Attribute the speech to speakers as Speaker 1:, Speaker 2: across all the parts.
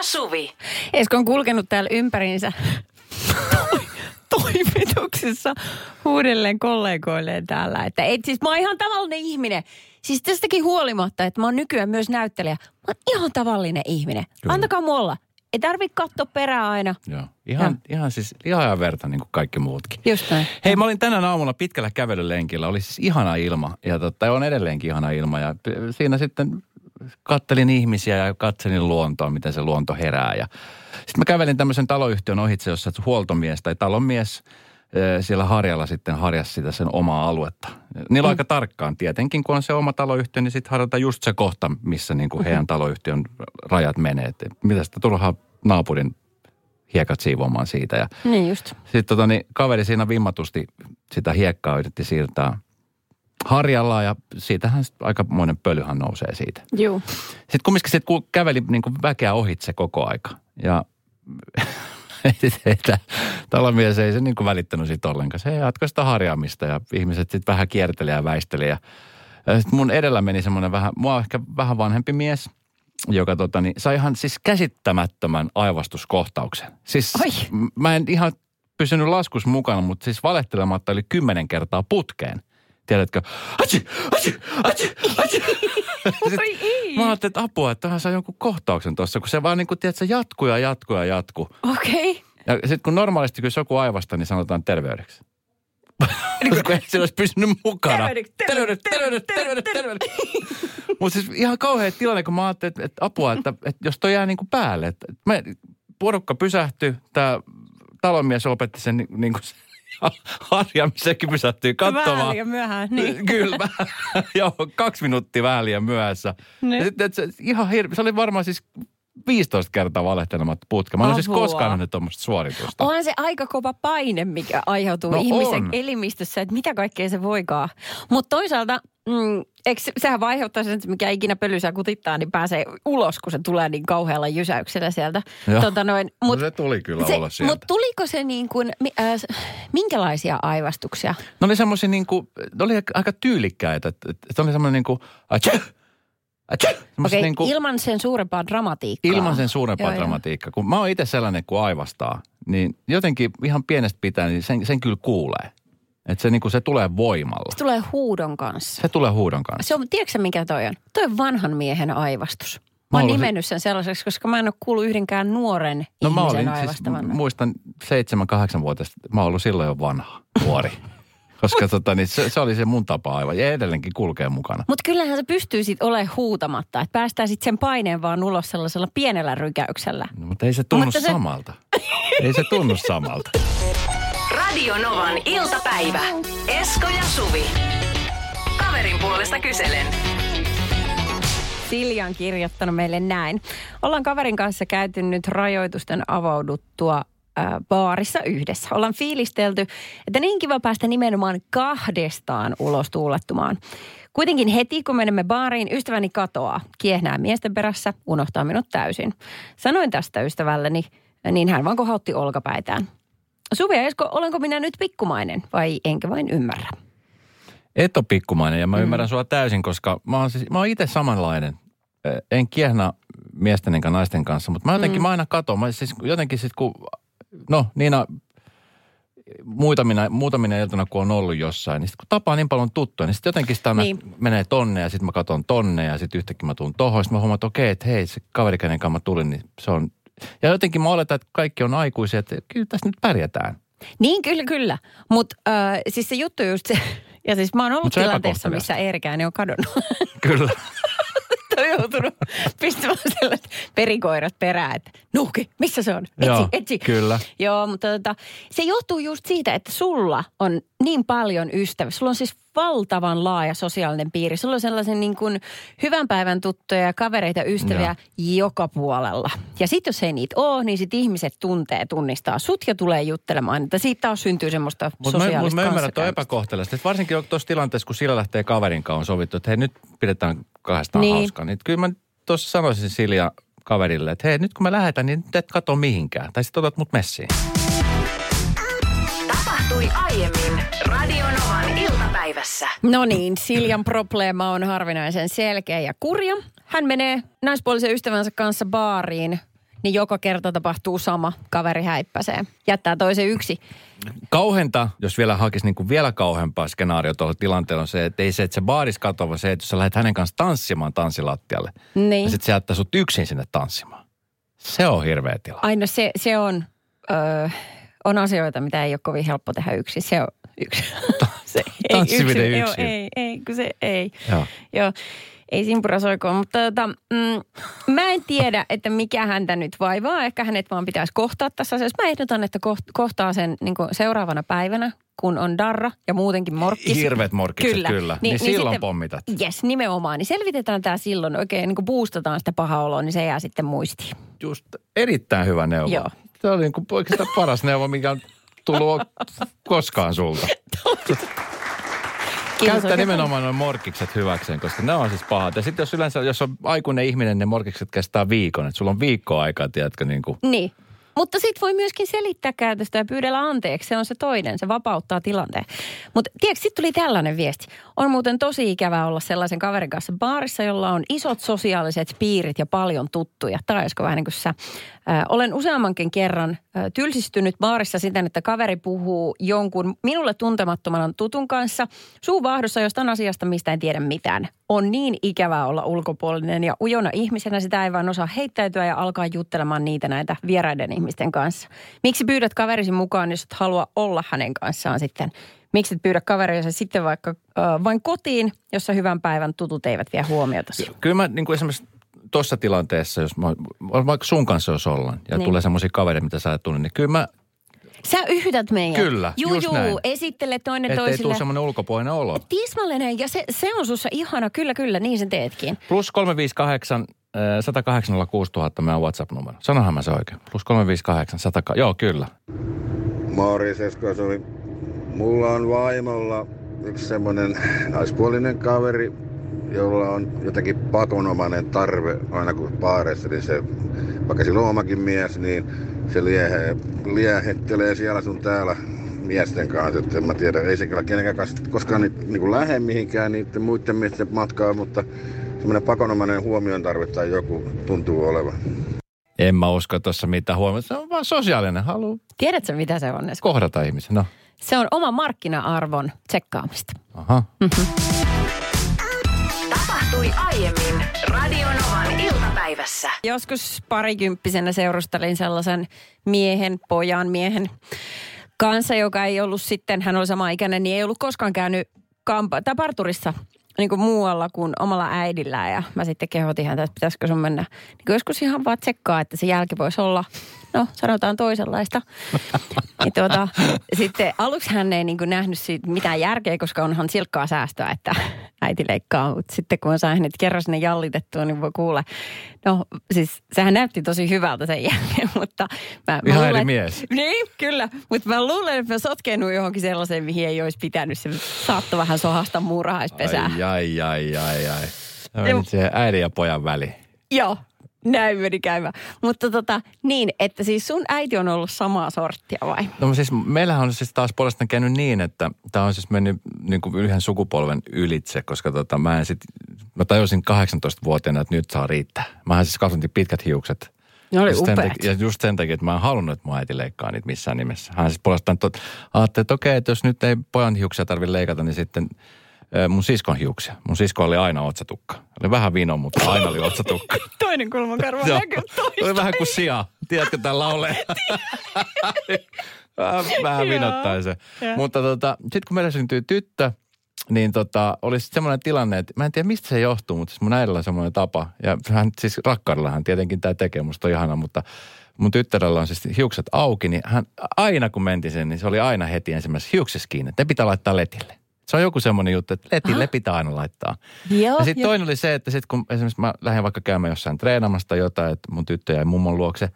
Speaker 1: Suvi.
Speaker 2: Esko on kulkenut täällä ympäriinsä toimituksessa huudelleen kollegoilleen täällä. Että et siis mä oon ihan tavallinen ihminen. Siis tästäkin huolimatta, että mä oon nykyään myös näyttelijä. Mä oon ihan tavallinen ihminen.
Speaker 3: Kyllä.
Speaker 2: Antakaa mulla. Ei tarvitse katsoa perää aina.
Speaker 3: Joo. Ihan, ihan siis lihaa ja verta niin kuin kaikki muutkin.
Speaker 2: Just näin.
Speaker 3: Hei, mä olin tänään aamulla pitkällä kävelylenkillä. Oli siis ihana ilma. Ja totta, on edelleenkin ihana ilma. Ja p- siinä sitten kattelin ihmisiä ja katselin luontoa, miten se luonto herää. Ja sitten mä kävelin tämmöisen taloyhtiön ohitse, jossa huoltomies tai talonmies ö, siellä harjalla sitten harjas sitä sen omaa aluetta. Niillä on aika tarkkaan tietenkin, kun on se oma taloyhtiö, niin sitten harjoitetaan just se kohta, missä niin kuin heidän taloyhtiön rajat menee. Et mitä sitä turhaa naapurin hiekat siivoamaan siitä. Ja
Speaker 2: Niin just.
Speaker 3: sitten tota, niin kaveri siinä vimmatusti sitä hiekkaa yritti siirtää harjalla ja siitähän sit aikamoinen pölyhän nousee siitä.
Speaker 2: Juu.
Speaker 3: Sitten kumminkin sit ku- käveli niin kuin väkeä ohitse koko aika ja että talomies ei se niin kuin välittänyt siitä ollenkaan. Se jatkoi sitä harjaamista ja ihmiset sitten vähän kierteli ja väisteli. Ja, ja sitten mun edellä meni semmoinen vähän, mua ehkä vähän vanhempi mies, joka tota, niin, sai ihan siis käsittämättömän aivastuskohtauksen. Siis
Speaker 2: Ai.
Speaker 3: m- mä en ihan pysynyt laskus mukana, mutta siis valehtelematta oli kymmenen kertaa putkeen. Tiedätkö? Atsi, atsi, atsi, atsi.
Speaker 2: Oi ei.
Speaker 3: Mä ajattelin, että apua, että hän sai jonkun kohtauksen tuossa, kun se vaan niin kuin, tiedätkö, jatkuu ja jatkuu ja jatkuu.
Speaker 2: Okei. Okay.
Speaker 3: Ja sitten kun normaalisti, kun jos joku aivasta, niin sanotaan terveydeksi. Niin kun ei se olisi pysynyt mukana.
Speaker 2: Terveydeksi,
Speaker 3: terveydeksi, terveydeksi, terveydeksi, Mutta siis ihan kauhea tilanne, kun mä ajattelin, että, että apua, että, että jos toi jää niin kuin päälle. Että, että me, porukka pysähtyi, tämä talonmies lopetti sen niin, niin kuin sen harjaamisenkin pysähtyy katsomaan.
Speaker 2: ja myöhään. Niin.
Speaker 3: Kyllä. vähän. Joo, kaksi minuuttia vähän liian myöhässä.
Speaker 2: Niin.
Speaker 3: Ja sitten, et se, ihan hir- se oli varmaan siis 15 kertaa valehtelematta putka. Mä en ole siis
Speaker 2: Apua.
Speaker 3: koskaan nähnyt tuommoista suoritusta.
Speaker 2: Onhan se aika kova paine, mikä aiheutuu
Speaker 3: No
Speaker 2: ihmisen
Speaker 3: on.
Speaker 2: elimistössä, että mitä kaikkea se voikaan. Mutta toisaalta, mm, eikö, se- sehän vaan aiheuttaa sen, että mikä ikinä pölysää kutittaa, niin pääsee ulos, kun se tulee niin kauhealla jysäyksellä sieltä.
Speaker 3: Joo.
Speaker 2: Tota noin, mut,
Speaker 3: no se tuli kyllä olla sieltä.
Speaker 2: Mutta tuliko se niin kuin, mi- äh, s- minkälaisia aivastuksia?
Speaker 3: Ne oli semmoisia niin kuin, ne oli aika tyylikkäitä. Että, että että oli semmoinen niin kuin, atchö, atchö,
Speaker 2: Okei,
Speaker 3: okay, niin kuin,
Speaker 2: ilman sen suurempaa dramatiikkaa.
Speaker 3: ilman sen suurempaa
Speaker 2: Joo, joo.
Speaker 3: dramatiikkaa. Kun mä oon itse sellainen, kun aivastaa, niin jotenkin ihan pienestä pitää, niin sen, sen kyllä kuulee. Että se, niin kuin, se tulee voimalla.
Speaker 2: Se tulee huudon kanssa.
Speaker 3: Se tulee huudon kanssa.
Speaker 2: Se on, tiedätkö sä, mikä toi on? Toi on vanhan miehen aivastus. Mä oon
Speaker 3: Mä olin-
Speaker 2: nimennyt sen sellaiseksi, koska mä en ole kuullut yhdenkään nuoren
Speaker 3: No mä
Speaker 2: ihmisen
Speaker 3: olin siis,
Speaker 2: aivastavan.
Speaker 3: m- muistan seitsemän, kahdeksan vuotesta, mä oon ollut silloin jo vanha nuori. Koska tota, niin se, se, oli se mun tapa aivan ja edelleenkin kulkee mukana.
Speaker 2: Mutta kyllähän se pystyy sitten olemaan huutamatta, että päästään sitten sen paineen vaan ulos sellaisella pienellä rykäyksellä.
Speaker 3: No, mutta ei se tunnu
Speaker 2: Mutta
Speaker 3: se...
Speaker 2: se-
Speaker 3: samalta. Ei se tunnu samalta.
Speaker 1: Radio Novan iltapäivä. Esko ja Suvi. Kaverin puolesta kyselen.
Speaker 2: Silja on kirjoittanut meille näin. Ollaan kaverin kanssa käyty nyt rajoitusten avauduttua äh, baarissa yhdessä. Ollaan fiilistelty, että niin kiva päästä nimenomaan kahdestaan ulos tuulettumaan. Kuitenkin heti, kun menemme baariin, ystäväni katoaa. Kiehnää miesten perässä, unohtaa minut täysin. Sanoin tästä ystävälleni, niin hän vaan kohautti olkapäitään. Suvi ja Esko, olenko minä nyt pikkumainen vai enkä vain ymmärrä?
Speaker 3: Et ole pikkumainen ja mä ymmärrän sua täysin, koska mä oon, siis, mä oon itse samanlainen. Ö, En kiehnä miesten enkä naisten kanssa, mutta mä jotenkin, mm. mä aina katon. Mä siis jotenkin sit kun, no Niina, muutamina, muutamina iltana kun on ollut jossain, niin sit kun tapaa niin paljon tuttuja, niin sitten jotenkin sitä aina
Speaker 2: Niin.
Speaker 3: menee tonne ja sitten mä katon tonne ja sitten yhtäkkiä mä tuun tohon. Sitten mä huomaan, että okei, että hei, se kaveri, kenen kanssa mä tulin, niin se on... Ja jotenkin mä oletan, että kaikki on aikuisia, että kyllä tässä nyt pärjätään.
Speaker 2: Niin, kyllä, kyllä. Mutta äh, siis se juttu just se, ja siis mä oon ollut
Speaker 3: Mut se on
Speaker 2: tilanteessa,
Speaker 3: epäkohteliasta.
Speaker 2: missä Erkääni on kadonnut.
Speaker 3: Kyllä.
Speaker 2: Että on joutunut pistämään sellaiset perikoirat perään, että nuhki, missä se on? Etsi,
Speaker 3: Joo,
Speaker 2: etsi.
Speaker 3: kyllä.
Speaker 2: Joo, mutta tota, se johtuu just siitä, että sulla on niin paljon ystäviä. Sulla on siis valtavan laaja sosiaalinen piiri. Sulla on sellaisen niin kuin hyvän päivän tuttuja ja kavereita, ystäviä joka puolella. Ja sitten jos ei niitä ole, niin sitten ihmiset tuntee, tunnistaa sut ja tulee juttelemaan. Että siitä taas syntyy semmoista
Speaker 3: Mutta mä,
Speaker 2: sosiaalista
Speaker 3: mut mä ymmärrän, että on
Speaker 2: kanssakäymistä.
Speaker 3: epäkohtelaista. Et varsinkin tuossa tilanteessa, kun sillä lähtee kaverin kanssa on sovittu, että hei nyt pidetään kahdestaan
Speaker 2: Niin.
Speaker 3: niin. hauskaa. Niin kyllä mä tuossa sanoisin Silja kaverille, että hei nyt kun mä lähetän, niin nyt et kato mihinkään. Tai sitten otat mut messiin.
Speaker 1: Tapahtui aiemmin Radio Novan iltapäivässä.
Speaker 2: No niin, Siljan probleema on harvinaisen selkeä ja kurja. Hän menee naispuolisen ystävänsä kanssa baariin niin joka kerta tapahtuu sama. Kaveri häippäsee. Jättää toisen yksi.
Speaker 3: Kauhenta, jos vielä hakisi niin kuin vielä kauhempaa skenaario tuolla tilanteella, on se, että ei se, että se baaris katoa, vaan se, että jos sä lähdet hänen kanssa tanssimaan tanssilattialle,
Speaker 2: Niin.
Speaker 3: ja sitten se jättää sut yksin sinne tanssimaan. Se on hirveä tila.
Speaker 2: Aina se, se on, öö, on asioita, mitä ei ole kovin helppo tehdä yksin. Se on yksi. se,
Speaker 3: tanssiminen
Speaker 2: yksin. Joo,
Speaker 3: yksin.
Speaker 2: ei, ei, kun se ei.
Speaker 3: Joo.
Speaker 2: Joo, ei simpura soikoon, mutta tota, mm, mä en tiedä, että mikä häntä nyt vaivaa. Ehkä hänet vaan pitäisi kohtaa tässä asiassa. Mä ehdotan, että koht- kohtaa sen niin seuraavana päivänä, kun on darra ja muutenkin morkkis.
Speaker 3: Hirveät morkikset, kyllä. kyllä. Niin, niin, silloin
Speaker 2: sitten-
Speaker 3: pommitat.
Speaker 2: Jes, nimenomaan. Niin selvitetään tämä silloin oikein, niin kuin boostataan sitä pahaa oloa, niin se jää sitten muistiin.
Speaker 3: Just erittäin hyvä neuvo.
Speaker 2: Joo.
Speaker 3: Se oli niin kuin oikeastaan paras neuvo, mikä on tullut koskaan sulta.
Speaker 2: Kiitos
Speaker 3: Käyttää
Speaker 2: oikein
Speaker 3: nimenomaan nuo morkikset hyväkseen, koska ne on siis pahat. Ja sitten jos yleensä, jos on aikuinen ihminen, ne morkikset kestää viikon. Että sulla on viikkoa aikaa, tiedätkö, niin kuin.
Speaker 2: Niin. Mutta sitten voi myöskin selittää käytöstä ja pyydellä anteeksi. Se on se toinen, se vapauttaa tilanteen. Mutta tiedätkö, sitten tuli tällainen viesti. On muuten tosi ikävää olla sellaisen kaverin kanssa baarissa, jolla on isot sosiaaliset piirit ja paljon tuttuja. Tai olisiko vähän niin kuin sä. Ö, olen useammankin kerran ö, tylsistynyt baarissa siten, että kaveri puhuu jonkun minulle tuntemattoman tutun kanssa suuvaahdossa jostain asiasta, mistä en tiedä mitään. On niin ikävää olla ulkopuolinen ja ujona ihmisenä sitä ei vaan osaa heittäytyä ja alkaa juttelemaan niitä näitä vieraiden ihmisten kanssa. Miksi pyydät kaverisi mukaan, jos et halua olla hänen kanssaan sitten? Miksi et pyydä kaveria sitten vaikka ö, vain kotiin, jossa hyvän päivän tutut eivät vie huomiota sinua?
Speaker 3: Kyllä mä niin kuin esimerkiksi tuossa tilanteessa, jos mä, vaikka sun kanssa jos ollaan ja
Speaker 2: Niin.
Speaker 3: niin. tulee semmoisia kavereita, mitä sä et tunne, niin kyllä mä,
Speaker 2: Sä yhdät meidät.
Speaker 3: Kyllä,
Speaker 2: juu,
Speaker 3: just
Speaker 2: juu,
Speaker 3: näin.
Speaker 2: esittele toinen
Speaker 3: ettei
Speaker 2: toisille.
Speaker 3: tule semmoinen ulkopuolinen olo.
Speaker 2: Tismallinen ja se, se on sussa ihana. Kyllä, kyllä, niin sen teetkin.
Speaker 3: Plus 358 äh, 186 000 meidän WhatsApp-numero. Sanohan mä se oikein. Plus 358 100, joo kyllä.
Speaker 4: Morjes Esko ja Suvi. Mulla on vaimolla yksi semmonen naispuolinen kaveri, jolla on jotenkin pakonomainen tarve aina kun baareissa, niin se, vaikka sillä on omakin mies, niin se liehe, liehettelee siellä sun täällä miesten kanssa, että en mä tiedä, ei se kyllä kenenkään kanssa koskaan niin, niin kuin lähde mihinkään niiden muiden miesten matkaa, mutta semmoinen pakonomainen huomion tarve tai joku tuntuu olevan.
Speaker 3: En mä usko tuossa mitään huomioon. Se on vaan sosiaalinen, haluaa
Speaker 2: Tiedätkö, mitä se on? Esko?
Speaker 3: kohdata ihmisen. No,
Speaker 2: Se on oma markkina-arvon tsekkaamista.
Speaker 3: aha.
Speaker 1: Tapahtui aiemmin Radionovan iltapäivässä.
Speaker 2: Joskus parikymppisenä seurustelin sellaisen miehen, pojan miehen kanssa, joka ei ollut sitten, hän oli sama ikäinen, niin ei ollut koskaan käynyt kampa- tai parturissa niin kuin muualla kuin omalla äidillään. Ja mä sitten kehotin häntä, että pitäisikö sun mennä niin kuin joskus ihan vaan tsekkaa, että se jälki voisi olla, no sanotaan toisenlaista. Niin tuota, sitten aluksi hän ei niin kuin nähnyt siitä mitään järkeä, koska onhan silkkaa säästöä, että äiti leikkaa. Mutta sitten kun mä sain hänet kerran sinne jallitettua, niin voi kuule. No siis sehän näytti tosi hyvältä sen jälkeen, mutta mä, mä
Speaker 3: Ihan eri
Speaker 2: luulen,
Speaker 3: mies.
Speaker 2: Niin, kyllä. Mutta mä luulen, että mä sotkeennuin johonkin sellaiseen, mihin ei olisi pitänyt. Se saattoi vähän sohasta muurahaispesää.
Speaker 3: Ai, ai, ai, ai, ai. Sä
Speaker 2: Ei, mu-
Speaker 3: menit siihen äidin ja pojan väliin.
Speaker 2: Joo, näin meni käymään. Mutta tota, niin, että siis sun äiti on ollut samaa sorttia vai?
Speaker 3: No siis meillähän on siis taas puolestaan käynyt niin, että tämä on siis mennyt niin kuin yhden sukupolven ylitse, koska tota, mä, en sit, mä tajusin 18-vuotiaana, että nyt saa riittää. Mähän siis kasvatin pitkät hiukset.
Speaker 2: Ne oli
Speaker 3: just sen,
Speaker 2: upeat.
Speaker 3: takia- ja just sen takia, että mä en halunnut, että mun äiti leikkaa niitä missään nimessä. Hän siis puolestaan tot, ajatteli, että okei, että jos nyt ei pojan hiuksia tarvitse leikata, niin sitten ö, mun siskon hiuksia. Mun sisko oli aina otsatukka. Oli vähän vino, mutta aina oli otsatukka.
Speaker 2: Toinen kulmakarva
Speaker 3: Joo.
Speaker 2: näkyy toista.
Speaker 3: Oli vähän kuin sia. Tiedätkö tämän laulee? Vähän- vähän
Speaker 2: Joo.
Speaker 3: vinottaa se.
Speaker 2: Joo.
Speaker 3: Mutta tota, sitten kun meillä syntyy tyttö, niin tota, oli sitten semmoinen tilanne, että mä en tiedä mistä se johtuu, mutta siis mun äidillä on semmoinen tapa. Ja hän, siis rakkaudellahan tietenkin tämä tekee, musta on ihana, mutta mun tyttärellä on siis hiukset auki, niin hän aina kun mentiin sen, niin se oli aina heti ensimmäisessä hiuksessa kiinni, että ne pitää laittaa letille. Se on joku semmoinen juttu, että letille pitää aina laittaa.
Speaker 2: Joo,
Speaker 3: Ja sitten
Speaker 2: joo.
Speaker 3: toinen oli se, että sitten kun esimerkiksi mä lähdin vaikka käymään jossain treenaamassa tai jotain, että mun tyttö jäi mummon luokse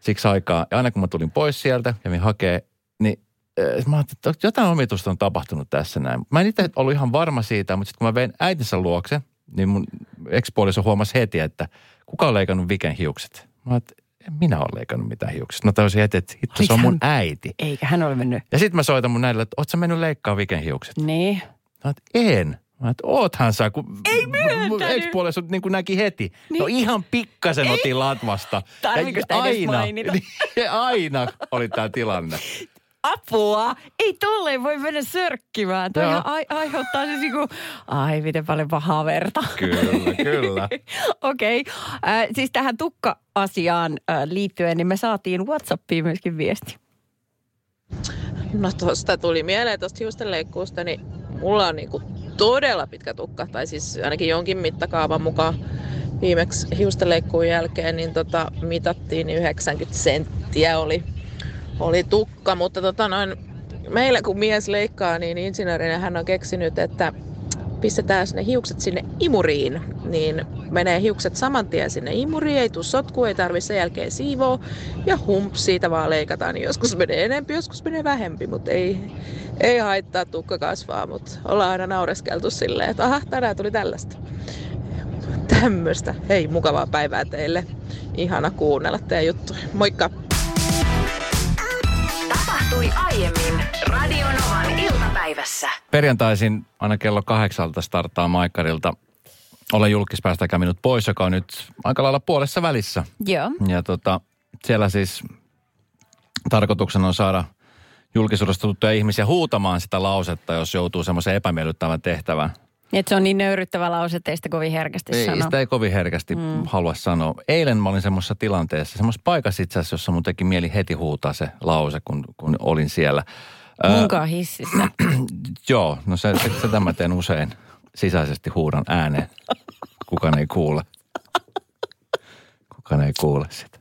Speaker 3: siksi aikaa. Ja aina kun mä tulin pois sieltä ja min hakee, niin äh, mä ajattelin, että jotain omitusta on tapahtunut tässä näin. Mä en itse ollut ihan varma siitä, mutta sitten kun mä vein äitinsä luokse, niin mun ekspuoliso huomasi heti, että kuka on leikannut Viken hiukset. Mä ajattelin, en minä ole leikannut mitään hiukset. No tajusin heti, että hitto, se on mun
Speaker 2: Olit
Speaker 3: äiti.
Speaker 2: Eikä hän ole mennyt.
Speaker 3: Ja sitten mä soitan mun näille, että oot sä mennyt leikkaa Viken hiukset?
Speaker 2: Niin.
Speaker 3: Mä oon, että en. Mä oon, että oothan sä, kun Ei mun
Speaker 2: yrittänyt.
Speaker 3: ex-puolella sun niin kuin näki heti. Niin. No
Speaker 2: Niin.
Speaker 3: ihan pikkasen otin latvasta.
Speaker 2: Tarviiko sitä edes
Speaker 3: aina,
Speaker 2: mainita?
Speaker 3: Niin, aina oli tämä tilanne.
Speaker 2: Apua! Ei tolleen voi mennä sörkkimään. Toi
Speaker 3: Joo.
Speaker 2: ihan ai- aiheuttaa siis niinku, ai miten paljon pahaa verta.
Speaker 3: Kyllä, kyllä.
Speaker 2: Okei. Okay. Äh, siis tähän tukka-asiaan äh, liittyen, niin me saatiin Whatsappiin myöskin viesti.
Speaker 5: No tosta tuli mieleen tosta hiustenleikkuusta, niin mulla on niinku todella pitkä tukka, tai siis ainakin jonkin mittakaavan mukaan viimeksi hiustenleikkuun jälkeen, niin tota, mitattiin niin 90 senttiä oli, oli tukka, mutta tota noin, meillä kun mies leikkaa, niin insinöörinä hän on keksinyt, että pistetään ne hiukset sinne imuriin, niin menee hiukset saman tien sinne imuriin, ei tuu sotku, ei tarvi sen jälkeen siivoo ja hump, siitä vaan leikataan, niin joskus menee enempi, joskus menee vähempi, mutta ei, ei haittaa, tukka kasvaa, mutta ollaan aina naureskeltu silleen, että aha, tänään tuli tällaista. Tämmöstä. Hei, mukavaa päivää teille. Ihana kuunnella teidän juttuja. Moikka!
Speaker 1: Tapahtui aiemmin Radio Novan iltapäivässä.
Speaker 3: Perjantaisin aina kello kahdeksalta starttaa Maikkarilta. Ole julkis, päästäkää minut pois, joka on nyt aika lailla puolessa välissä.
Speaker 2: Joo.
Speaker 3: Ja tota, siellä siis tarkoituksena on saada julkisuudesta tuttuja ihmisiä huutamaan sitä lausetta, jos joutuu semmoisen epämiellyttävän tehtävän.
Speaker 2: Et se on niin nöyryttävä lause, että ei sitä kovin herkästi
Speaker 3: Ei,
Speaker 2: sano.
Speaker 3: sitä ei kovin herkästi mm. halua sanoa. Eilen mä olin semmoisessa tilanteessa, semmoisessa paikassa itse asiassa, jossa mun teki mieli heti huutaa se lause, kun, kun olin siellä.
Speaker 2: Munkaan hississä.
Speaker 3: Joo, no se, se, sitä mä teen usein. Sisäisesti huudan ääneen. Kukaan ei kuule. Kukaan ei kuule sitä.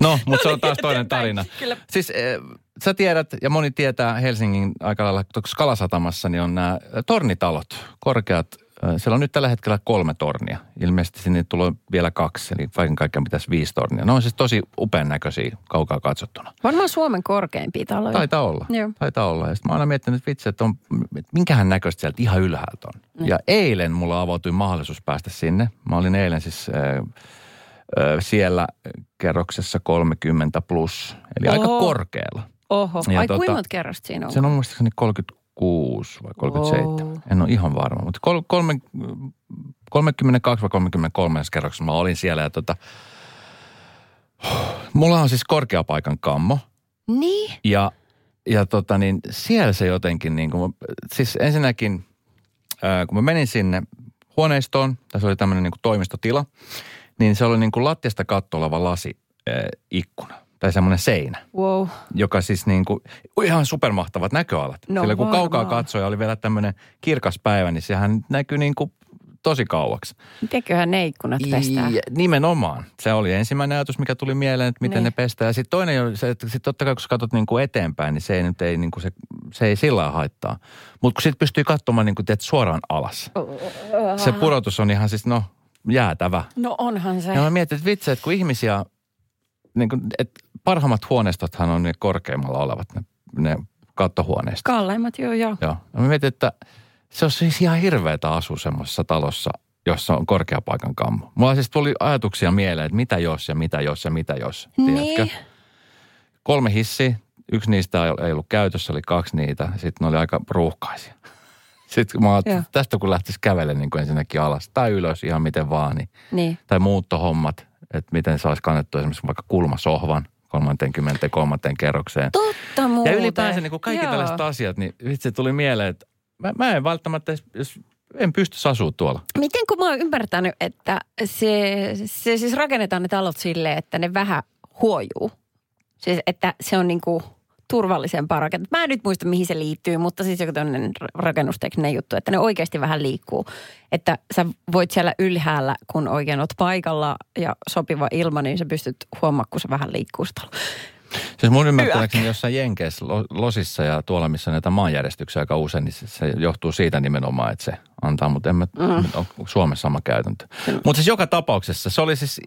Speaker 3: No, mutta se on taas toinen tarina.
Speaker 2: Kyllä.
Speaker 3: Siis äh, sä tiedät, ja moni tietää Helsingin aika lailla, tuossa Kalasatamassa, niin on nämä tornitalot, korkeat. Äh, Siellä on nyt tällä hetkellä kolme tornia. Ilmeisesti sinne tulee vielä kaksi, eli kaiken kaikkiaan pitäisi viisi tornia. Ne on siis tosi upean näköisiä kaukaa katsottuna.
Speaker 2: Varmaan Suomen korkeimpia taloja.
Speaker 3: Taitaa olla.
Speaker 2: Joo.
Speaker 3: Taitaa olla. Ja sitten mä oon aina miettinyt, että vitsi, että, on, että minkähän näköistä sieltä ihan ylhäältä on. Ja eilen mulla avautui mahdollisuus päästä sinne. Mä olin eilen siis äh, äh, siellä kerroksessa 30 plus, eli Oho. aika
Speaker 2: Oho.
Speaker 3: korkealla.
Speaker 2: Oho,
Speaker 3: Ja
Speaker 2: ai
Speaker 3: tota-
Speaker 2: tota, kuinka monta kerrosta siinä on?
Speaker 3: Se on muistaakseni 36 vai 37.
Speaker 2: Wow.
Speaker 3: En ole ihan varma, mutta kol, kolme, 32 vai 33 kerroksessa mä olin siellä. Ja tota, mulla on siis korkeapaikan kammo.
Speaker 2: Niin?
Speaker 3: Ja, ja tota niin, siellä se jotenkin niin kuin, siis ensinnäkin, ää, kun mä menin sinne huoneistoon, tässä oli tämmöinen niin kuin toimistotila, niin se oli niin kuin lattiasta katto oleva lasi ää, ikkuna tai semmoinen seinä,
Speaker 2: Wow.
Speaker 3: joka siis niin kuin, ihan supermahtavat näköalat.
Speaker 2: No
Speaker 3: Sillä kun kaukaa
Speaker 2: varmaan.
Speaker 3: katsoja oli vielä tämmöinen kirkas päivä, niin sehän näkyy niin kuin tosi kauaksi.
Speaker 2: Mitenköhän ne ikkunat pestään?
Speaker 3: Ja, nimenomaan. Se oli ensimmäinen ajatus, mikä tuli mieleen, että miten
Speaker 2: Niin.
Speaker 3: ne pestää. Ja sitten toinen oli se, että sit totta kai kun sä katsot niinku eteenpäin, niin se ei nyt ei, niinku se, se ei sillä lailla haittaa. Mutta kun sitten pystyy katsomaan niinku, tiedät, suoraan alas. Se pudotus on ihan siis, no, jäätävä.
Speaker 2: No onhan se.
Speaker 3: Ja mä mietin, että vitsi, että kun ihmisiä, niinku, että parhaimmat huoneistothan on ne korkeimmalla olevat, ne, ne kattohuoneistot.
Speaker 2: Kalleimmat, joo joo.
Speaker 3: Joo. No mä mietin, että se on siis ihan hirveätä asua semmoisessa talossa, jossa on korkeapaikan kammo. Mulla siis tuli ajatuksia mieleen, että mitä jos ja mitä jos ja mitä jos, tiedätkö?
Speaker 2: Niin.
Speaker 3: Kolme hissiä, yksi niistä ei- ei ollut käytössä, oli kaksi niitä, sitten ne oli aika ruuhkaisia. Sitten mä ajattelin,
Speaker 2: Joo.
Speaker 3: että tästä kun lähtisi kävelemään niin kuin ensinnäkin alas tai ylös ihan miten vaan, niin,
Speaker 2: Niin.
Speaker 3: tai muuttohommat, että miten saisi kannettua esimerkiksi vaikka kulmasohvan 33 kerrokseen.
Speaker 2: Totta muuten.
Speaker 3: Ja ylipäänsä niin kuin kaikki
Speaker 2: Joo.
Speaker 3: tällaiset asiat, niin vitsi tuli mieleen, että mä, mä en välttämättä, edes- jos en pysty asua tuolla.
Speaker 2: Miten kun mä oon ymmärtänyt, että se, se siis rakennetaan ne talot silleen, että ne vähän huojuu. Siis että se on niinku turvallisempaa rakentaa. Mä en nyt muista, mihin se liittyy, mutta siis joku tämmöinen rakennustekninen juttu, että ne oikeasti vähän liikkuu. Että sä voit siellä ylhäällä, kun oikein oot paikalla ja sopiva ilma, niin sä pystyt huomaamaan, kun se vähän liikkuu se talo.
Speaker 3: Siis mun ymmärtääkseni jossain Jenkeissä, lo- Losissa ja tuolla, missä on näitä maanjäristyksiä aika usein, niin se, se johtuu siitä nimenomaan, että se antaa, mutta en mä, mm. onko Suomessa sama käytäntö. Mutta siis joka tapauksessa, se oli siis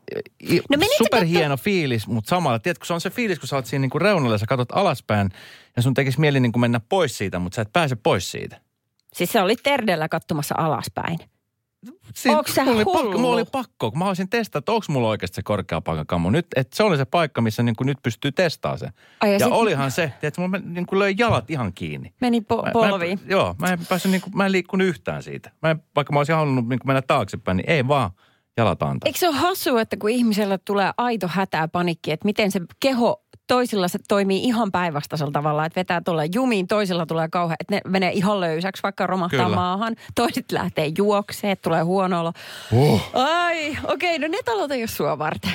Speaker 3: i-
Speaker 2: No menit sä
Speaker 3: superhieno fiilis, mutta samalla, tiedätkö, se on se fiilis, kun sä oot siinä niinku reunalla ja sä katot alaspäin ja sun tekisi mieli niinku mennä pois siitä, mutta sä et pääse pois siitä.
Speaker 2: Siis sä olit terdellä katsomassa alaspäin.
Speaker 3: Siin,
Speaker 2: Ootko sä
Speaker 3: mulla oli
Speaker 2: hullu?
Speaker 3: pakko, mulla oli pakko, kun mä olisin testata, että onko mulla oikeasti se korkea kammo. Nyt, et se oli se paikka, missä niin kuin nyt pystyy testaamaan se.
Speaker 2: Ai, ja
Speaker 3: ja
Speaker 2: sit-
Speaker 3: olihan se, että mulla meni- niin kuin löi jalat ihan kiinni.
Speaker 2: Meni po-
Speaker 3: Mä-
Speaker 2: polviin.
Speaker 3: Mä, joo, mä en, päässyt, niin kuin, mä en liikkunut yhtään siitä. Mä en, vaikka mä olisin halunnut niin kuin mennä taaksepäin, niin ei vaan jalat antaa.
Speaker 2: Eikö se ole hassua, että kun ihmisellä tulee aito hätä ja panikki, että miten se keho toisilla se toimii ihan päinvastaisella tavalla, että vetää tuolla jumiin, toisilla tulee kauhean, että ne menee ihan löysäksi, vaikka romahtaa
Speaker 3: Kyllä.
Speaker 2: maahan. Toiset lähtee juokseen, tulee huono olo.
Speaker 3: Oh.
Speaker 2: Ai, okei, no ne talot ei ole sua varten.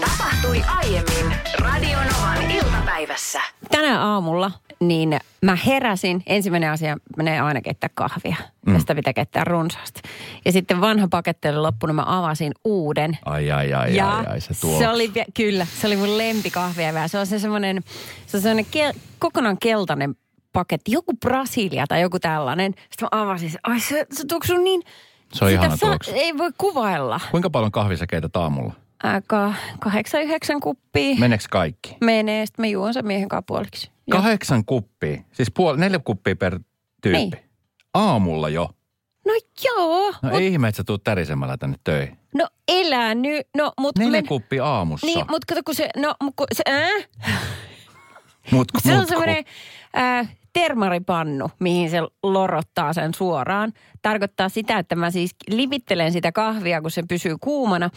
Speaker 1: Tapahtui aiemmin Radio Novan iltapäivässä.
Speaker 2: Tänä aamulla niin mä heräsin. Ensimmäinen asia menee aina keittää kahvia. Mm. Sitä pitää keittää runsaasti. Ja sitten vanha paketti oli loppunut, mä avasin uuden.
Speaker 3: Ai, ai, ai,
Speaker 2: ja
Speaker 3: ai, ai, se tuo.
Speaker 2: se oli, vie- kyllä, se oli mun lempikahvievää. Se on se semmoinen, se on semmoinen kel, kokonaan keltainen paketti. Joku Brasilia tai joku tällainen. Sitten mä avasin sen. Ai se, se tuoksuu niin...
Speaker 3: Se on
Speaker 2: sitä
Speaker 3: ihana
Speaker 2: saa-
Speaker 3: tuoksu.
Speaker 2: Ei voi kuvailla.
Speaker 3: Kuinka paljon kahvia sä keität aamulla?
Speaker 2: Aika kahdeksan, yhdeksän kuppia.
Speaker 3: Meneekö kaikki?
Speaker 2: menee, sitten mä juon sen miehen kanssa puoliksi. Ja-
Speaker 3: Kahdeksan kuppia, siis puoli, neljä kuppia per tyyppi.
Speaker 2: Niin.
Speaker 3: Aamulla jo.
Speaker 2: No joo,
Speaker 3: No ei ihme, että sä tuut tärisemällä tänne töihin.
Speaker 2: no elää nyt. No, mut
Speaker 3: Neljä
Speaker 2: men-
Speaker 3: kuppia aamussa.
Speaker 2: Niin, mutta kato kun se, no, mut kun se, äh?
Speaker 3: mutku,
Speaker 2: se on
Speaker 3: mutku.
Speaker 2: semmoinen äh, termaripannu, mihin se lorottaa sen suoraan. Tarkoittaa sitä, että mä siis lipittelen sitä kahvia, kun se pysyy kuumana,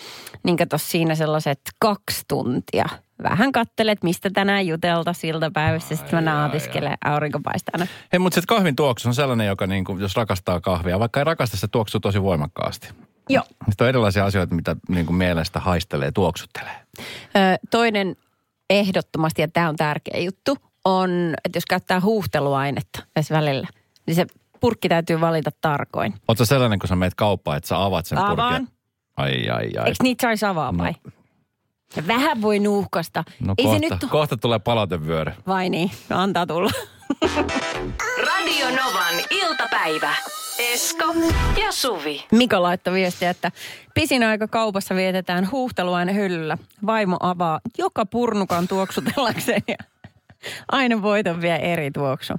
Speaker 2: niin kato siinä sellaiset kaksi tuntia. Vähän kattelet, mistä tänään jutelta siltapäivässä, sitten mä naatiskelen, aurinko paistaa. No,
Speaker 3: Hei, mutta se kahvin tuoksu on sellainen, joka niin kuin, jos rakastaa kahvia, vaikka ei rakasta, se tuoksuu tosi voimakkaasti.
Speaker 2: Joo.
Speaker 3: Sitten on erilaisia asioita, mitä niin kuin mielestä haistelee, tuoksuttelee.
Speaker 2: Ö, toinen ehdottomasti, ja tämä on tärkeä juttu, on, että jos käyttää huuhteluainetta tässä välillä, niin se purkki täytyy valita tarkoin.
Speaker 3: Oletko sellainen, kun sä meet kauppaan, että sä avaat sen
Speaker 2: Avaan.
Speaker 3: purkin? Ai, ai, ai.
Speaker 2: Eikö niitä saisi avaa vai? Ja Vähän voi nuuhkasta.
Speaker 3: No
Speaker 2: Ei
Speaker 3: kohta,
Speaker 2: se nyt ole.
Speaker 3: kohta tulee palautevyöry.
Speaker 2: Vai niin? No antaa tulla.
Speaker 1: Radio Novan iltapäivä. Esko ja Suvi.
Speaker 2: Mika laittoi viestiä, että pisin aika kaupassa vietetään huuhteluaine hyllyllä. Vaimo avaa joka purnukan tuoksutellakseen ja aina voiton vie eri tuoksu.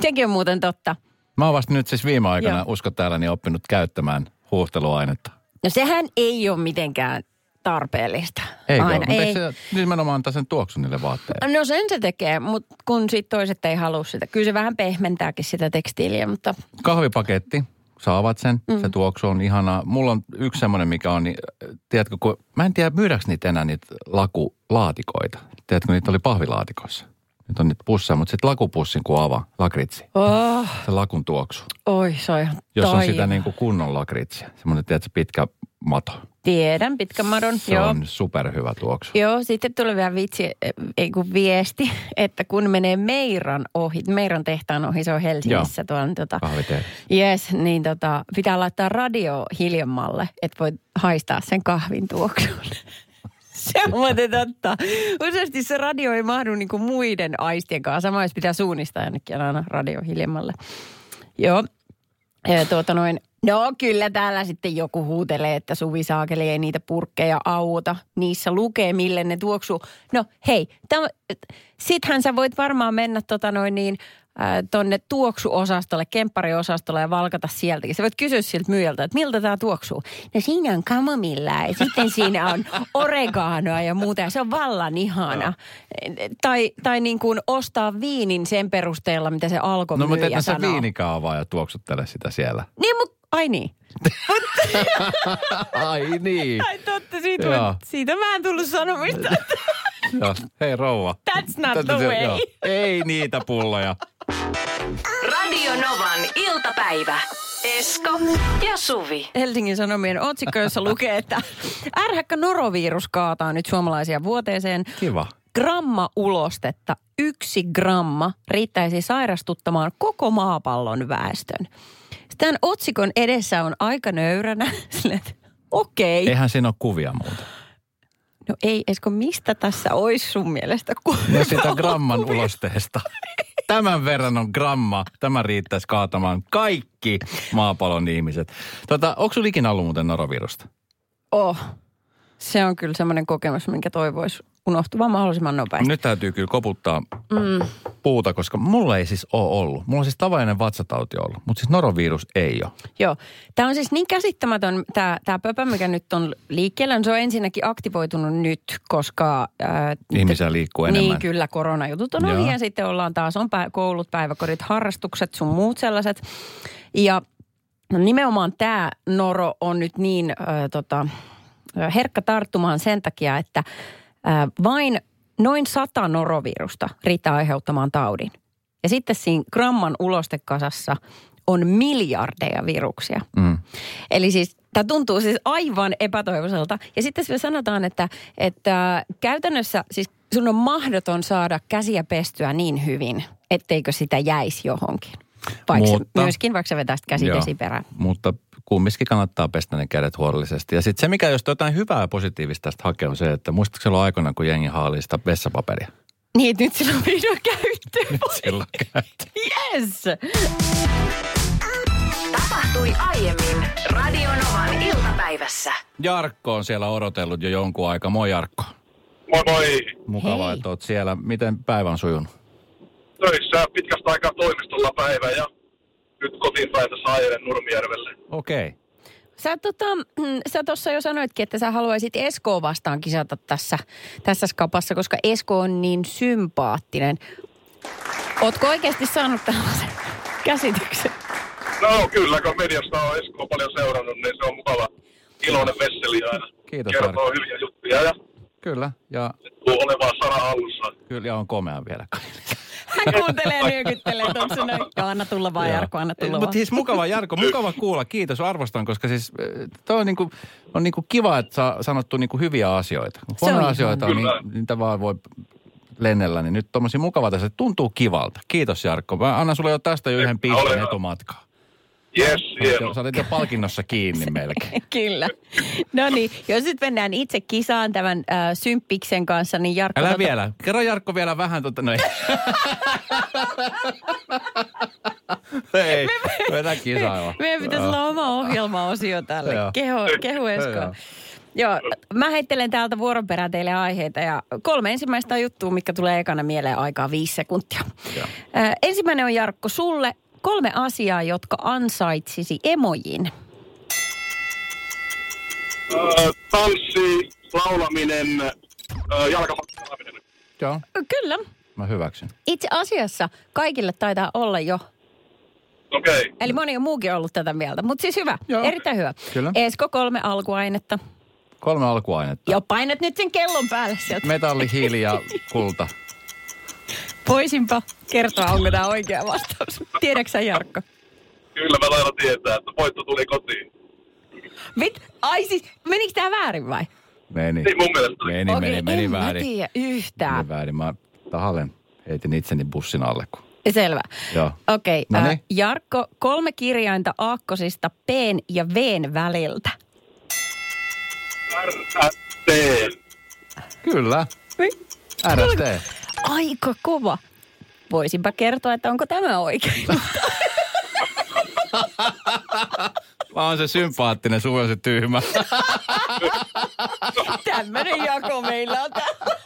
Speaker 2: Sekin on muuten totta.
Speaker 3: Mä oon vasta nyt siis viime aikana,
Speaker 2: Joo.
Speaker 3: usko täällä, niin oppinut käyttämään huuhteluainetta.
Speaker 2: No sehän ei ole mitenkään tarpeellista.
Speaker 3: Eikö?
Speaker 2: Aina.
Speaker 3: Mutta
Speaker 2: Ei.
Speaker 3: eikö se nimenomaan antaa sen tuoksun niille vaatteille?
Speaker 2: No sen se tekee, mutta kun sit toiset ei halua sitä. Kyllä se vähän pehmentääkin sitä tekstiiliä, mutta
Speaker 3: Kahvipaketti, sä avaat sen, mm. se tuoksu on ihanaa. Mulla on yksi semmoinen, mikä on, niin, äh, tiedätkö, kun, mä en tiedä myydäänkö niitä enää niitä lakulaatikoita. Tiedätkö, niitä oli pahvilaatikoissa. Nyt on niitä pusseja, mutta sitten lakupussin kun avaa, lakritsi,
Speaker 2: oh,
Speaker 3: se lakun tuoksu.
Speaker 2: oi se on ihan
Speaker 3: Jos on sitä
Speaker 2: taivaan.
Speaker 3: niin kuin kunnon lakritsia, semmoinen, tiedätkö, pitkä mato.
Speaker 2: Tiedän, pitkän madon.
Speaker 3: Se
Speaker 2: joo.
Speaker 3: on superhyvä tuoksu.
Speaker 2: Joo, sitten tuli vielä vitsi, ei kun viesti, että kun menee Meiran ohi, Meiran tehtaan ohi, se on Helsingissä tuolla. niin Tota,
Speaker 3: Kahviteeri.
Speaker 2: Jes, niin tota, pitää laittaa radio hiljemmalle, että voi haistaa sen kahvin tuoksun. Se on muuten totta. Useasti se radio ei mahdu niin kuin muiden aistien kanssa. Sama jos pitää suunnistaa jonnekin aina radio hiljemmalle. Joo. Ja tuota noin, no kyllä täällä sitten joku huutelee, että Suvi Saakeli ei niitä purkkeja auta. Niissä lukee, mille ne tuoksuu. No hei, täm, sittenhän sä voit varmaan mennä tota noin niin, äh, tonne tuoksuosastolle, kemppariosastolle ja valkata sieltäkin. Sä voit kysyä siltä myyjältä, että miltä tämä tuoksuu. No siinä on kamomilla ja sitten siinä on oregaanoa ja muuta ja se on vallan ihana. Tai, tai niin kuin ostaa viinin sen perusteella, mitä se alkoi
Speaker 3: No mutta
Speaker 2: myyjä
Speaker 3: ethän sä
Speaker 2: sanoo.
Speaker 3: viinikaavaa ja tuoksuttele sitä siellä.
Speaker 2: Niin, mut, ai niin.
Speaker 3: Ai niin.
Speaker 2: Ai totta, siitä,
Speaker 3: Joo.
Speaker 2: mä, siitä mä en tullut sanomista.
Speaker 3: Joo. Hei rouva.
Speaker 2: That's not
Speaker 3: Tätä
Speaker 2: the
Speaker 3: se-
Speaker 2: way.
Speaker 3: joo. Ei niitä pulloja.
Speaker 1: Radio Novan iltapäivä. Esko ja Suvi.
Speaker 2: Helsingin Sanomien otsikko, jossa lukee, että ärhäkkä norovirus kaataa nyt suomalaisia vuoteeseen.
Speaker 3: Kiva.
Speaker 2: Gramma ulostetta, yksi gramma, riittäisi sairastuttamaan koko maapallon väestön. Tämän otsikon edessä on aika nöyränä, silleen, että okei.
Speaker 3: Eihän siinä ole kuvia muuta.
Speaker 2: No ei, Esko, mistä tässä olisi sun mielestä? ku-
Speaker 3: No sitä gramman ulosteesta. Tämän verran on gramma. Tämä riittäisi kaatamaan kaikki maapallon ihmiset. Tota, onko sulla ikinä ollut muuten norovirusta?
Speaker 2: Oh. Se on kyllä semmoinen kokemus, minkä toivoisi unohtuvan mahdollisimman nopeasti.
Speaker 3: Nyt täytyy kyllä koputtaa mm. puuta, koska mulla ei siis ole ollut. Mulla on siis tavallinen vatsatauti ollut, mutta siis norovirus ei ole.
Speaker 2: Joo. Tämä on siis niin käsittämätön, tämä, tämä pöpö, mikä nyt on liikkeellä. niin Se on ensinnäkin aktivoitunut nyt, koska... äh, Ää,
Speaker 3: Ihmisiä liikkuu enemmän.
Speaker 2: Niin kyllä, koronajutut on
Speaker 3: Joo.
Speaker 2: ohi ja sitten ollaan taas, on pä- koulut, päiväkodit, harrastukset, sun muut sellaiset. Ja no nimenomaan tämä noro on nyt niin ö, tota, ö, herkkä tarttumaan sen takia, että ö, vain noin sata norovirusta riittää aiheuttamaan taudin. Ja sitten siinä gramman ulostekasassa on miljardeja viruksia.
Speaker 3: Mm.
Speaker 2: Eli siis tämä tuntuu siis aivan epätoivoiselta. Ja sitten vielä sanotaan, että, että käytännössä siis sun on mahdoton saada käsiä pestyä niin hyvin, etteikö sitä jäisi johonkin. Vaikka
Speaker 3: Mutta-
Speaker 2: Mutta, myöskin vaikka sä vetäisit
Speaker 3: Joo.
Speaker 2: käsidesi perään.
Speaker 3: Mutta kumminkin kannattaa pestä ne kädet huolellisesti. Ja sitten se, mikä jos jotain hyvää ja positiivista tästä hakee, on se, että muistatko silloin aikoinaan, kun jengi haalii sitä vessapaperia?
Speaker 2: Niin, että nyt sillä on vihdoin käyttöön.
Speaker 3: Silloin käytti.
Speaker 2: Yes!
Speaker 1: Tapahtui aiemmin Radionovan iltapäivässä.
Speaker 3: Jarkko on siellä odotellut jo jonkun aikaa. Moi Jarkko.
Speaker 6: Moi moi.
Speaker 3: Mukavaa,
Speaker 2: Hei.
Speaker 3: että oot siellä. Miten päivä on sujunut?
Speaker 6: Töissä pitkästä aikaa toimistolla päivä ja nyt kotiin päin tässä ajelen Nurmijärvelle.
Speaker 3: Okei. Okay.
Speaker 2: Sä, tota, mm, sä tuossa jo sanoitkin, että sä haluaisit Eskoa vastaan kisata tässä, tässä skapassa, koska Esko on niin sympaattinen. Ootko oikeasti saanut tällaisen käsityksen?
Speaker 6: No kyllä, kun mediasta on Esko paljon seurannut, niin se on mukava iloinen vesseli aina.
Speaker 3: Kiitos,
Speaker 6: Kertoo
Speaker 3: Arko.
Speaker 6: hyviä juttuja ja
Speaker 3: Kyllä. Ja
Speaker 6: tuo olevaa sana hallussa.
Speaker 3: kyllä ja on komea vielä.
Speaker 2: Hän kuuntelee ja nyökyttelee tuossa noin. Joo, anna tulla vaan Jarkko, anna tulla
Speaker 3: Mutta
Speaker 2: vaan.
Speaker 3: siis mukava Jarkko, mukava kuulla. Kiitos, arvostan, koska siis äh, toi on, niinku, on niinku kiva, että saa sanottu niinku hyviä asioita.
Speaker 2: on
Speaker 3: Huonoja
Speaker 2: ihan-
Speaker 3: asioita, on, niin,
Speaker 6: Kyllä.
Speaker 3: niitä vaan voi lennellä, niin nyt tommosia mukavaa tässä. Tuntuu kivalta. Kiitos Jarkko. Mä annan sulle jo tästä jo yhden
Speaker 6: Ole
Speaker 3: pisteen
Speaker 6: hyvä.
Speaker 3: etumatkaa.
Speaker 6: Yes, hieno.
Speaker 3: Sä olet jo palkinnossa kiinni melkein.
Speaker 2: Kyllä. No niin, jos nyt mennään itse kisaan tämän äh, symppiksen kanssa, niin Jarkko...
Speaker 3: Älä
Speaker 2: tota-
Speaker 3: vielä. Kerro Jarkko vielä vähän tota, no ei. ei, vedä kisaa
Speaker 2: Meidän pitäisi olla oma ohjelmaosio tälle.
Speaker 3: Joo.
Speaker 2: Keho, kehu
Speaker 3: Joo.
Speaker 2: Eskoa. Joo, mä heittelen täältä vuoron perään teille aiheita ja kolme ensimmäistä juttua, mikä tulee ekana mieleen aikaa viisi sekuntia.
Speaker 3: Joo.
Speaker 2: Ö, ensimmäinen on Jarkko sulle kolme asiaa, jotka ansaitsisi emojin.
Speaker 6: Öö, tanssi, laulaminen, öö, jalkapallolaminen.
Speaker 3: Joo,
Speaker 2: Kyllä.
Speaker 3: mä hyväksyn.
Speaker 2: Itse asiassa kaikille taitaa olla jo
Speaker 6: Okei. Okay.
Speaker 2: Eli moni on muukin ollut tätä mieltä, mutta siis hyvä,
Speaker 3: Joo.
Speaker 2: Joo. erittäin hyvä.
Speaker 3: Kyllä.
Speaker 2: Esko kolme alkuainetta.
Speaker 3: Kolme alkuainetta.
Speaker 2: Ja painat nyt sen kellon päälle sieltä.
Speaker 3: Metalli, hiili ja kulta.
Speaker 2: Voisinpa kertoa, onko tämä oikea vastaus. Tiedätkö sä, Jarkko?
Speaker 6: Kyllä mä aina tietää, että voitto tuli kotiin.
Speaker 2: Mit? Ai siis, menikö tämä väärin vai?
Speaker 3: Meni.
Speaker 6: Niin mun mielestä.
Speaker 3: Meni,
Speaker 2: Okei,
Speaker 3: meni, meni
Speaker 2: en mä
Speaker 3: väärin.
Speaker 2: tiedä
Speaker 3: Meni
Speaker 2: yhtään.
Speaker 3: väärin. Mä tahalleen heitin itseni bussin alle. Kun...
Speaker 2: Selvä.
Speaker 3: Joo.
Speaker 2: Okei,
Speaker 3: No
Speaker 2: ää,
Speaker 3: niin.
Speaker 2: Jarkko, kolme kirjainta aakkosista P:n ja V:n väliltä.
Speaker 6: RT.
Speaker 3: Kyllä. RST.
Speaker 2: Aika kova. Voisinpa kertoa, että onko tämä oikein.
Speaker 3: Mä oon se sympaattinen, suvi on se tyhmä.
Speaker 2: Tämmöinen jako meillä on täällä.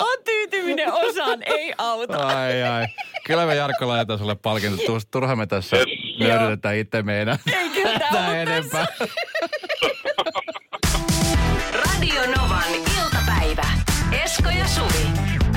Speaker 2: On tyytyminen osaan, ei auta.
Speaker 3: Ai ai. Kyllä me Jarkko laitetaan sulle palkinto. Tu- Turha me tässä
Speaker 6: Yes.
Speaker 3: nöydytetään itsemme enää.
Speaker 2: Ei kyllä tää
Speaker 3: Tää
Speaker 2: on
Speaker 3: enempää.
Speaker 1: Radionovan iltapäivä. Esko ja Suvi.